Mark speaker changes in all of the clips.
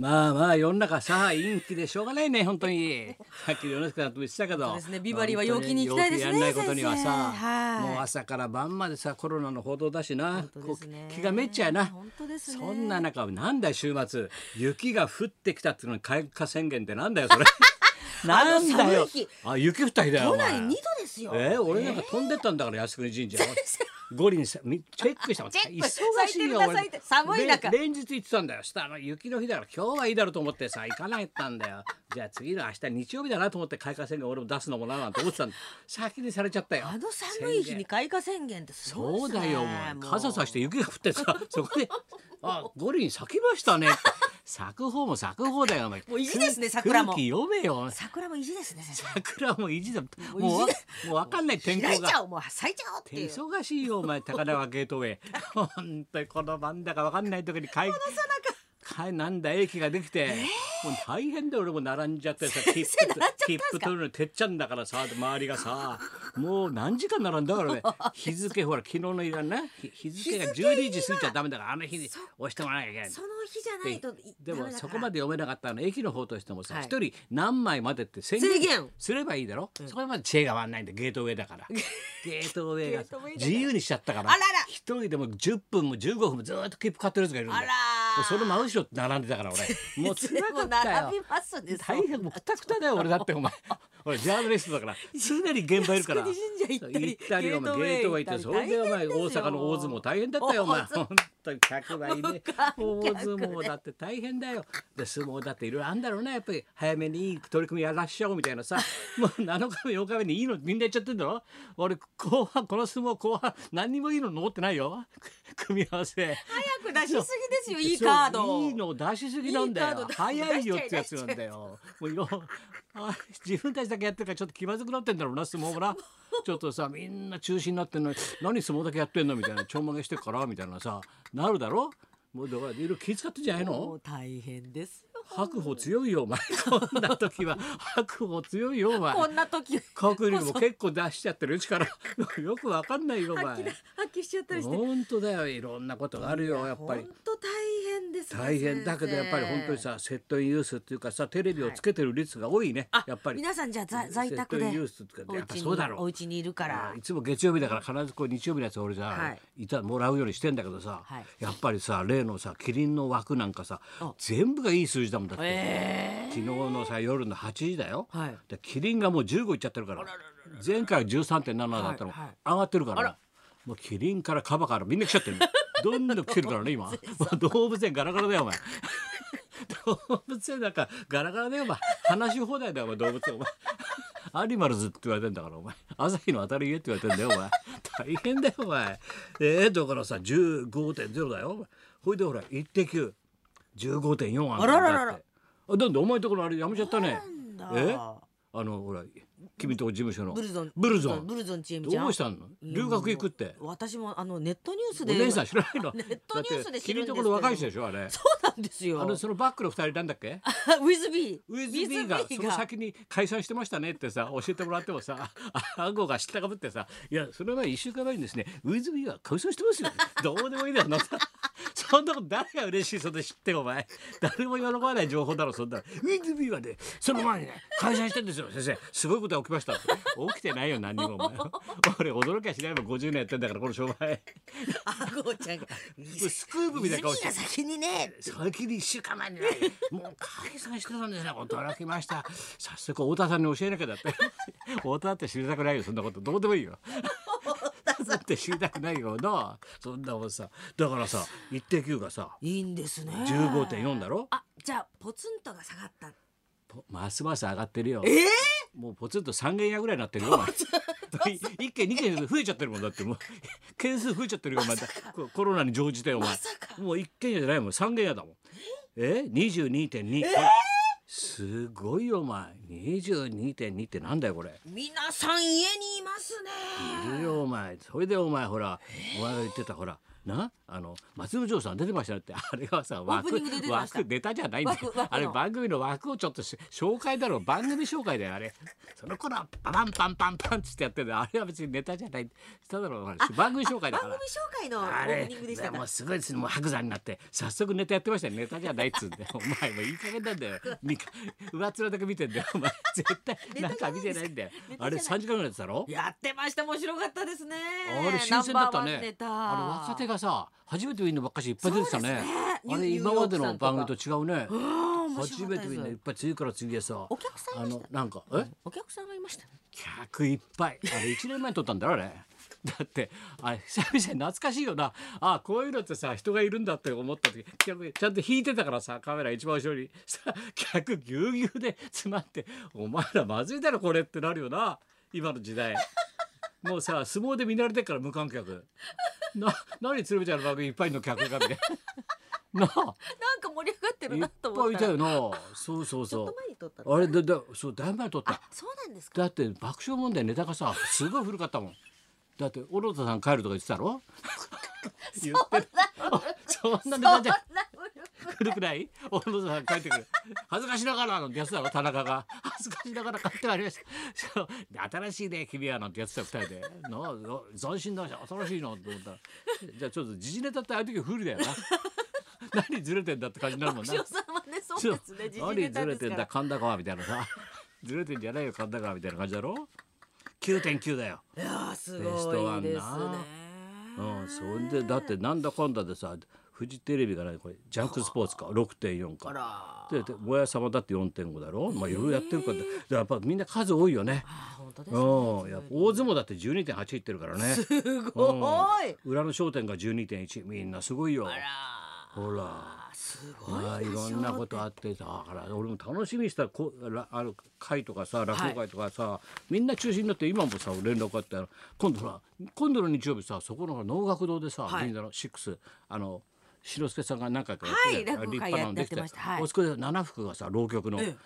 Speaker 1: まあまあ世の中さあ陰気でしょうがないね本当 にさっき世之助さんとも言ってたけど
Speaker 2: そうですねビバリーは陽気に行きたいですね
Speaker 1: 本当に陽気やんないことにはさ、
Speaker 2: 先生はい
Speaker 1: もう朝から晩までさコロナの報道だしな
Speaker 2: 本当ですね
Speaker 1: こう気がめっちゃやな
Speaker 2: 本当ですね
Speaker 1: そんな中なんだよ週末雪が降ってきたっていうのに開花宣言ってなんだよ それなんだ
Speaker 2: あの寒
Speaker 1: よ
Speaker 2: い日
Speaker 1: あ雪降った日だよ
Speaker 2: 都
Speaker 1: お前
Speaker 2: 内二度ですよ。
Speaker 1: えー俺なんか飛んでったんだから靖国 神社ゴリにさみチェックしたもん
Speaker 2: チェック
Speaker 1: 忙しいよ
Speaker 2: 咲いてるか咲いて寒い中
Speaker 1: れ連日行ってたんだよしたら雪の日だから今日はいいだろうと思ってさ行かなかったんだよ じゃあ次の明日日曜日だなと思って開花宣言俺も出すのもななんて思ってたんだ先にされちゃったよ
Speaker 2: あの寒い日に開花宣言ってす
Speaker 1: そ
Speaker 2: ご
Speaker 1: う
Speaker 2: いですね。
Speaker 1: だよお前
Speaker 2: もう
Speaker 1: 傘さして雪が降ってさ そこで「あ五輪咲きましたね」って咲く方も咲く方だよお前
Speaker 2: もう意地ですね
Speaker 1: 空
Speaker 2: 桜も
Speaker 1: 空気読めよ
Speaker 2: 桜も意地ですね。先生
Speaker 1: 桜も意地だもう
Speaker 2: もう
Speaker 1: も
Speaker 2: 意地だ
Speaker 1: う分かんない天
Speaker 2: 開
Speaker 1: 候
Speaker 2: いちゃ
Speaker 1: が。
Speaker 2: おうもう咲いちゃおうっていう。そ
Speaker 1: 忙しいよお前高輪ゲートウ ェイ本当にこの番だか分かんない時に買い買いなんだ駅ができて、もう大変だよ俺も並んじゃって さ切符
Speaker 2: 並んじゃったんすか
Speaker 1: 切符取るのてっちゃんだからさ周りがさもう何時間並んだ からね日付ほら昨日のいらんな日日付が12時過ぎちゃダメだからあの日に押してもらわなきゃいけない
Speaker 2: の日じゃないとい
Speaker 1: で
Speaker 2: ダ
Speaker 1: も
Speaker 2: メだ
Speaker 1: そ
Speaker 2: から
Speaker 1: こまで読めなかったの駅の方としてもさ
Speaker 2: はい
Speaker 1: 一、人何枚までって宣
Speaker 2: 制限
Speaker 1: すればいいだろ、そこまで知恵が回んないんでゲートウェイだからゲートウェイが
Speaker 2: ゲートウェイだから
Speaker 1: 自由にしちゃったから
Speaker 2: あらら
Speaker 1: 一人でも10分も15分もずーっと切符買ってるやつがいるんだ
Speaker 2: あ
Speaker 1: よ
Speaker 2: ら
Speaker 1: でそ
Speaker 2: ー。
Speaker 1: の真後ろ並んでたから俺 もうつら
Speaker 2: も
Speaker 1: か
Speaker 2: う
Speaker 1: ったよ
Speaker 2: 並びますね。
Speaker 1: 大変もうくたくた だよ俺だってお前俺ジャーナリストだから常に現場いるから
Speaker 2: 靖国神社行ったり
Speaker 1: 行ったりお前ゲート
Speaker 2: ゲート
Speaker 1: ウ
Speaker 2: ウ
Speaker 1: ェ
Speaker 2: ェ
Speaker 1: イ
Speaker 2: イ
Speaker 1: 行
Speaker 2: 行
Speaker 1: っ
Speaker 2: ったり
Speaker 1: それでお前
Speaker 2: 大変
Speaker 1: 大
Speaker 2: ですよ
Speaker 1: 阪の大相撲大変だったよお前
Speaker 2: 大
Speaker 1: 本当に客がいね
Speaker 2: もう
Speaker 1: 大
Speaker 2: 観
Speaker 1: 相
Speaker 2: 客で
Speaker 1: 撲だって大変だよで相撲だっていろいろあんだろうなやっぱり早めにいい取り組みやらっしゃおうみたいな さもう7日目8日目にいいのみんなやっちゃってんだろ俺後半この相撲後半何にもいいの残ってないよ組み合わせ。
Speaker 2: 早く出しすぎですよ。いいカード。
Speaker 1: そういいの出しすぎなんだ
Speaker 2: いいカ
Speaker 1: よ
Speaker 2: ード
Speaker 1: 早いよってやつなんだよもういろあ自分たちだけやってるからちょっと気まずくなってんだろうな相撲もなちょっとさみんな中止になってんのに何相撲だけやってんのみたいなちょんまげしてっからみたいなさなるだろもうだからいろいろ気遣ってんじゃない
Speaker 2: も
Speaker 1: の
Speaker 2: う大変ですよ。
Speaker 1: 白鵬強いよお前こんな時は白鵬強いよお前
Speaker 2: こんな時
Speaker 1: 角にも結構出しちゃってるうちからよくわかんないよお
Speaker 2: 発揮だ
Speaker 1: 前
Speaker 2: 発揮しちゃったりして。
Speaker 1: 本当だよいろんなことがあるよやっぱり
Speaker 2: 本当大変ですね。
Speaker 1: 大変だけどやっぱり本当にさセットインユースっていうかさテレビをつけてる率が多いね、やっぱり
Speaker 2: 皆さんじゃあ在在宅
Speaker 1: セッ
Speaker 2: で
Speaker 1: トインユースっていうか
Speaker 2: お
Speaker 1: やっぱ
Speaker 2: 家に
Speaker 1: そうだろう
Speaker 2: お家にいるから
Speaker 1: いつも月曜日だから必ずこう日曜日のやつ俺さ、、
Speaker 2: はい
Speaker 1: たもらうようにしてんだけどさ、
Speaker 2: はい
Speaker 1: やっぱりさ例のさキリンの枠なんかさ全部がいい数字だもんだって、昨日のさ夜の8時だよ、
Speaker 2: はい
Speaker 1: でキリンがもう15いっちゃってるから前回は13.7だったの、
Speaker 2: はいはい
Speaker 1: 上がってるからもうキリンからカバからみんな来ちゃって るどんどん来てるからね今もう 動物園ガラガラだよお前。動物園なんかガラガラだよお前話し放題だよお前動物園お前 アニマルズって言われてんだからお前朝日の当たり家って言われてんだよお前大変だよお前えー、だからさ15.0だよお前ほいでほら1.915.4あんだよ
Speaker 2: あらららら
Speaker 1: だってあなんでお前のところあれやめちゃったね
Speaker 2: なんだ
Speaker 1: えあのほら君とこ事務所の
Speaker 2: ブルゾン
Speaker 1: ブルゾン
Speaker 2: ブルゾンチームちゃん
Speaker 1: どうしたの留学行くって
Speaker 2: 私もあのネットニュース
Speaker 1: お
Speaker 2: で
Speaker 1: 姉さん知らないの
Speaker 2: ネットニュースで知るんですけど
Speaker 1: だって君のところ若い人でしょあれ
Speaker 2: そうなんですよ
Speaker 1: あのそのバックの二人なんだっけ
Speaker 2: ウィズビー
Speaker 1: ウィズビーがその先に解散してましたねってさ教えてもらってもさあ暗号が知ったかぶってさいやそれは1週間前にですねウィズビーが解散してますよどうでもいいだろな そんなこと誰が嬉しいそれ知ってお前誰も喜ばない情報だろそんなウィズビーはねその前にね解散してんですよ先生すごいことが起きましたって起きてないよ何にもお前俺驚きはしないもん50年やってんだからこの商売
Speaker 2: あごちゃんがウィズ
Speaker 1: スクープみ
Speaker 2: ビ
Speaker 1: たいな顔し
Speaker 2: ー
Speaker 1: て
Speaker 2: が先にね
Speaker 1: 先に一週間前 にねもう解散してたんですね驚きました早速太田さんに教えなきゃ だって太田だって知りたくないよそんなことどうでもいいよ太田だって知りたくないよなそんなもんさだからさ1.9がさ
Speaker 2: いいんですね
Speaker 1: 15.4だろ
Speaker 2: あじゃあポツンとが下がった
Speaker 1: ぽますます上がってるよ
Speaker 2: ええ
Speaker 1: もうポツンと3軒屋ぐらいになってるよお前一軒二軒増えちゃってるもんだって もう件数増えちゃってるよお前ココロナに乗じてお前、
Speaker 2: まさか
Speaker 1: もう一軒家じゃないもん三軒家だもんえ22.2、すごいよお前22.2ってなんだよこれ
Speaker 2: 皆さん家にいますね
Speaker 1: いるよお前それでお前ほらお前が言ってたほらなあの松之丞さん出てましたよって あれはさ枠
Speaker 2: オープニングで出てました
Speaker 1: 枠ネタじゃないんだよ
Speaker 2: 枠枠の
Speaker 1: あれ番組の枠をちょっとし紹介だろう番組紹介だよあれその頃はパパンパンパンパンっつってやってるんだよあれは別にネタじゃないただの話番組紹介だ
Speaker 2: 番
Speaker 1: か
Speaker 2: 組
Speaker 1: ら
Speaker 2: 紹。介のオ
Speaker 1: あ
Speaker 2: ー
Speaker 1: れ
Speaker 2: プニングでしたか
Speaker 1: も
Speaker 2: ら
Speaker 1: うすごいですねもう白山になって早速ネタやってましたよネタじゃないっつうんでお前もういい加減なんだ よみか上っ面だけ見てんだよお前絶対
Speaker 2: ネタじゃないです
Speaker 1: 中見てないんだよ
Speaker 2: ネタじゃない
Speaker 1: あれ3時間ぐらいやってたろ
Speaker 2: やってました面白かったですね
Speaker 1: あれ新鮮だった
Speaker 2: ナンバーワンネ
Speaker 1: ね。
Speaker 2: タ
Speaker 1: あれ若手がさ、初めて見るのばっかしいっぱい出てたね。
Speaker 2: そうですね
Speaker 1: あれ
Speaker 2: ニュー
Speaker 1: 今までの番組と違うね。
Speaker 2: あー面
Speaker 1: 初
Speaker 2: 白か
Speaker 1: め
Speaker 2: ってた
Speaker 1: 見る
Speaker 2: で
Speaker 1: のいっ
Speaker 2: す
Speaker 1: ぱい次から次へさ。
Speaker 2: お客さん
Speaker 1: あ
Speaker 2: いまし
Speaker 1: の
Speaker 2: た
Speaker 1: なんかえ
Speaker 2: お客さんがいました
Speaker 1: 客いっぱい。あれ一年前に撮ったんだろあれ。だってあれ久々に懐かしいよな。あこういうのってさ人がいるんだって思った時、客ちゃんと引いてたからさカメラ一番後ろにさ客ぎゅうぎゅうで詰まってお前らまずいだろこれってなるよな今の時代。もうさ相撲で見慣れてっから無観客。な何鶴瓶ちゃんの番組いっぱいの客がみ たいな。なあ
Speaker 2: なんか盛り上がってる
Speaker 1: い
Speaker 2: な
Speaker 1: っ
Speaker 2: と思
Speaker 1: ぱ
Speaker 2: っ
Speaker 1: いい
Speaker 2: た
Speaker 1: た
Speaker 2: ら
Speaker 1: よな。そうそう
Speaker 2: ち
Speaker 1: そ
Speaker 2: ょっと前に撮った
Speaker 1: う。
Speaker 2: の
Speaker 1: あれだだそうだいぶ前に撮った
Speaker 2: あ。そうなんですか
Speaker 1: だって爆笑問題ネタがさすごい古かったもんだって小野田さん帰るとか言ってたろ言ってるそんなネタじゃ
Speaker 2: そんな古い
Speaker 1: 古くない小野田さん帰ってくる恥ずかしながらなんてやつだろ田中が恥ずかしながら帰ってまいりましたそうで新しいね君はなんてやってた二人でなあよ斬新だし新しいなと思ったらじゃあちょっと時事ネタってああいう時古いだよな何ずれてんだって感じになるもんな
Speaker 2: 塩さんはね そうですね時事
Speaker 1: 何
Speaker 2: ネ
Speaker 1: ず
Speaker 2: タ
Speaker 1: れ
Speaker 2: です
Speaker 1: てん
Speaker 2: か
Speaker 1: だ
Speaker 2: ら
Speaker 1: 神田川みたいなさ ずれてんじゃないよ神田川みたいな感じだろ9.9だよ、
Speaker 2: いやーす
Speaker 1: ベストワ
Speaker 2: ごい
Speaker 1: ン
Speaker 2: ですね
Speaker 1: なうん、そんでだってなんだかんだでさフジテレビがねこれジャンクスポーツか6.4
Speaker 2: あ
Speaker 1: からででもやさまだって4.5だろまあいろいろやってるからだからやっぱみんな数多いよね
Speaker 2: あー本当ですね
Speaker 1: うんやっぱ大相撲だって12.8いってるからね
Speaker 2: すごい
Speaker 1: 裏の商店が12.1みんなすごいよ
Speaker 2: あら
Speaker 1: ほら
Speaker 2: ーすごい
Speaker 1: まあいろんなことあってさだから俺も楽しみにしたこらあの会とかさ落語会とかさ、みんな中心になって今もさ連絡あってあの今度ほら今度の日曜日さそこの能楽堂でさ、
Speaker 2: はい
Speaker 1: 銀座の6あの白助さんが何回かや
Speaker 2: はい
Speaker 1: たよ
Speaker 2: 落語会やってましたはい
Speaker 1: おそこで七福がさ浪曲の。
Speaker 2: え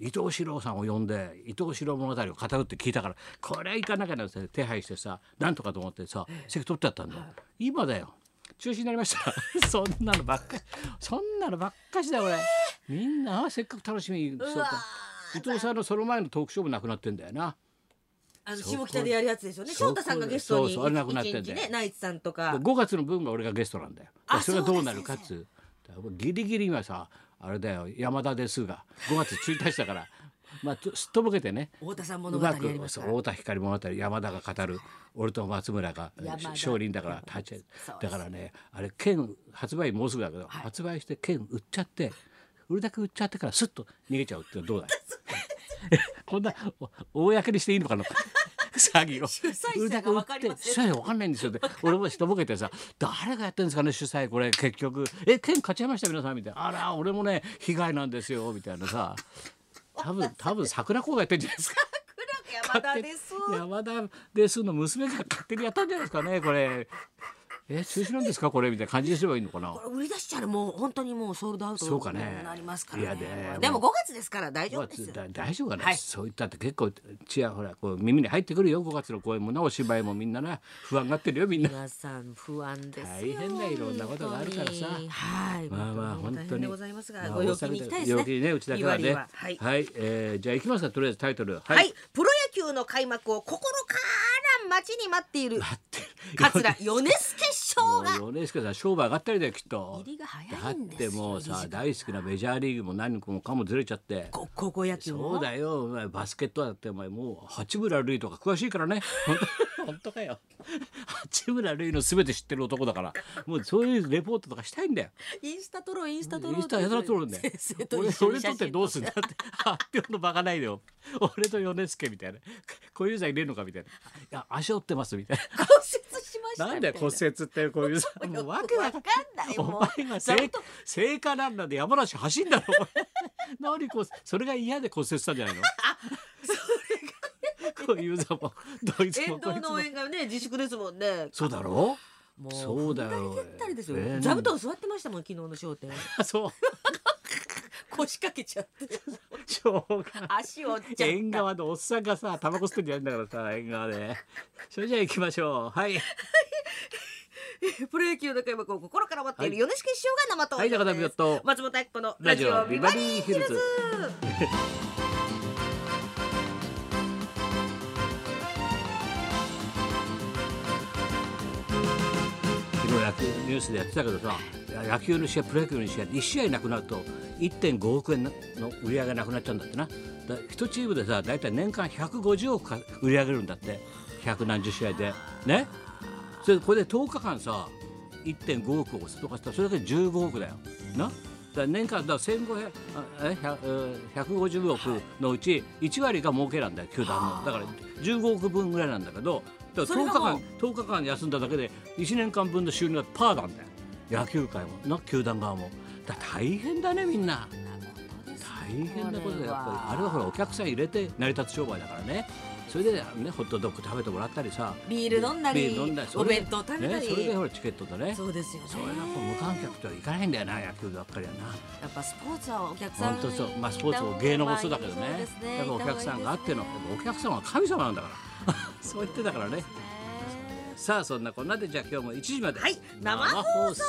Speaker 1: 伊藤四郎さんを呼んで伊藤四郎物語を語るって聞いたからこれは行かなきゃなって手配してさなんとかと思ってさ席取ってあったんだよ、今だよ中止になりました そんなのばっかりそんなのばっかしだよ俺、みんなせっかく楽しみにしとっ
Speaker 2: うわ
Speaker 1: た伊藤さんのその前のトークショーもなくなってんだよな
Speaker 2: あの
Speaker 1: そこ
Speaker 2: 下北でやるやつですよね
Speaker 1: そ
Speaker 2: 翔
Speaker 1: こ
Speaker 2: 太さんがゲスト
Speaker 1: そ
Speaker 2: に
Speaker 1: うそうあれなくなってんだよ
Speaker 2: 一日ねナイツさんとか
Speaker 1: 5月の分が俺がゲストなんだよ
Speaker 2: あ
Speaker 1: それがどうなるかっつうだからギリギリ今さあれだよ山田ですが5月1日だからまあちょすっとぼけてね
Speaker 2: 太田さ
Speaker 1: う
Speaker 2: ん物語
Speaker 1: ま
Speaker 2: や
Speaker 1: く
Speaker 2: りますから
Speaker 1: そう太田光物語山田が語る俺と松村が
Speaker 2: 山田
Speaker 1: 少林だから立ち
Speaker 2: そうで
Speaker 1: だ
Speaker 2: す
Speaker 1: からねあれ剣発売もうすぐだけど、発売して剣売っちゃって売るだけ売っちゃってからスッと逃げちゃうってどうだい こんなお公にしていいのかな詐欺を
Speaker 2: 主催者が
Speaker 1: 売るだけ売
Speaker 2: わ
Speaker 1: っ
Speaker 2: か
Speaker 1: て
Speaker 2: りません
Speaker 1: 主催者わかんないんですよで俺も人ぼけてさ誰がやってるんですかね主催これ結局え剣買っちゃいました皆さんみたいなあら俺もね被害なんですよみたいなさ多分多分桜子がやってるんじゃないですか
Speaker 2: 山田です
Speaker 1: 山田ですの娘が勝手にやったんじゃないですかねこれえ中止なんですかこれみたいな感じにすればいいのかな
Speaker 2: これ売り出しちゃうもう本当にもうソールドアウト
Speaker 1: そうかね
Speaker 2: になりますからね
Speaker 1: いやね
Speaker 2: でも5月ですから大丈夫
Speaker 1: 5
Speaker 2: ですよ
Speaker 1: 月だ大丈夫かな、
Speaker 2: はい
Speaker 1: そういったって結構ちやほらこう耳に入ってくるよ5月の公演もなお芝居もみんなな不安がってるよみんな。
Speaker 2: 皆さん不安ですよ
Speaker 1: 大変だいろんなことがあるからさ
Speaker 2: 本当にはい
Speaker 1: まあまあ本
Speaker 2: 大
Speaker 1: 当
Speaker 2: 変
Speaker 1: に
Speaker 2: でございますが、
Speaker 1: まあ
Speaker 2: ご陽気に行きたいですね
Speaker 1: 陽気にねうちだけは
Speaker 2: いわ
Speaker 1: ね
Speaker 2: りははい、
Speaker 1: はい、えーじゃあ行きますかとりあえずタイトルは
Speaker 2: はいプロ野球の開幕を心から待ちに待っている桂米助師 匠が
Speaker 1: もう米助さん商売上がったりだよきっと
Speaker 2: 入りが早
Speaker 1: だ
Speaker 2: い
Speaker 1: っ
Speaker 2: んです
Speaker 1: て
Speaker 2: よ
Speaker 1: もう
Speaker 2: 入り
Speaker 1: さ
Speaker 2: 時間
Speaker 1: 大好きなメジャーリーグも何個もかもずれちゃって
Speaker 2: こ高校野球も
Speaker 1: そうだよお前バスケットだってお前もう八村塁とか詳しい からね本当本当かよ八村塁の全て知ってる男だからもうそういうレポートとかしたいんだよ
Speaker 2: インスタ撮ろうインスタ撮ろう
Speaker 1: インスタやたら撮るんだよ
Speaker 2: 先生と
Speaker 1: 俺
Speaker 2: 一緒に
Speaker 1: 俺
Speaker 2: 写
Speaker 1: 撮
Speaker 2: 真
Speaker 1: ってどうすんだって発表のバカないでよ俺と米助みたいな小遊三入れるのかみたいないや足折ってますみたい
Speaker 2: 骨折しました
Speaker 1: ななんだよ骨折って小遊三もうわけわかん
Speaker 2: わ
Speaker 1: ない
Speaker 2: かんないもう
Speaker 1: お前が聖
Speaker 2: ちゃんと
Speaker 1: 聖火ランナーで山梨走んだろお前 何こうそれが嫌で骨折したんじゃないのこういうざもドイツもこ
Speaker 2: 遠
Speaker 1: い
Speaker 2: 藤
Speaker 1: つ
Speaker 2: の
Speaker 1: も
Speaker 2: 応援がね自粛ですもんね
Speaker 1: そうだろ
Speaker 2: も
Speaker 1: そうだよ
Speaker 2: ふんだりだったりですよ
Speaker 1: えー
Speaker 2: 座布団座ってましたもん昨日の 商店
Speaker 1: あそう
Speaker 2: 腰掛けちゃって
Speaker 1: しょうがない
Speaker 2: 足折っちゃっ
Speaker 1: 縁
Speaker 2: た
Speaker 1: 側のおっさんがさタバコ吸ってんじゃないんだからさ縁側でそれじゃあ行きましょうはい
Speaker 2: プロ野球の開幕を心から待っている
Speaker 1: は
Speaker 2: 米助師匠が生投票
Speaker 1: はい中田美
Speaker 2: で
Speaker 1: 代
Speaker 2: す、
Speaker 1: と
Speaker 2: 松本明子のラジオビバリーヒルズ
Speaker 1: ラジオビ昨日野球ニュースでやってたけどさ野球の試合プロ野球の試合1試合なくなると1.5億円の売り上げがなくなっちゃうんだってなだ1チームでさ大体年間150億か売り上げるんだって百何十試合でねそれでこれで10日間さ1.5億をとかしたらそれだけで15億だよなだから年間だから1500あえ100えー150億のうち1割が儲けなんだよ球団のだから15億分ぐらいなんだけどだから10日
Speaker 2: それがも
Speaker 1: 間
Speaker 2: う
Speaker 1: 10日間休んだだけで1年間分の収入がパーなんだよ野球界もな球団側もだ大変だねみんな大変なことだよやっぱりあれはほらお客さん入れて成り立つ商売だからねそれでねホットドッグ食べてもらったりさ
Speaker 2: ビール飲んだり
Speaker 1: ビール飲んだりそ
Speaker 2: お
Speaker 1: れで
Speaker 2: 弁当食べたり、
Speaker 1: ね、それでほらチケットだね
Speaker 2: そうですよね
Speaker 1: それだと無観客とはいかないんだよな野球ばっかりはな
Speaker 2: やっぱスポーツはお客さん
Speaker 1: 本当そう、まあ、スポーツも芸能もそうだけどね
Speaker 2: そうです
Speaker 1: やっぱお客さんがあってのやっぱお客様は神様なんだから そう言ってたからねさあそんなこんなでじゃあ今日も1時まで、
Speaker 2: はい生放送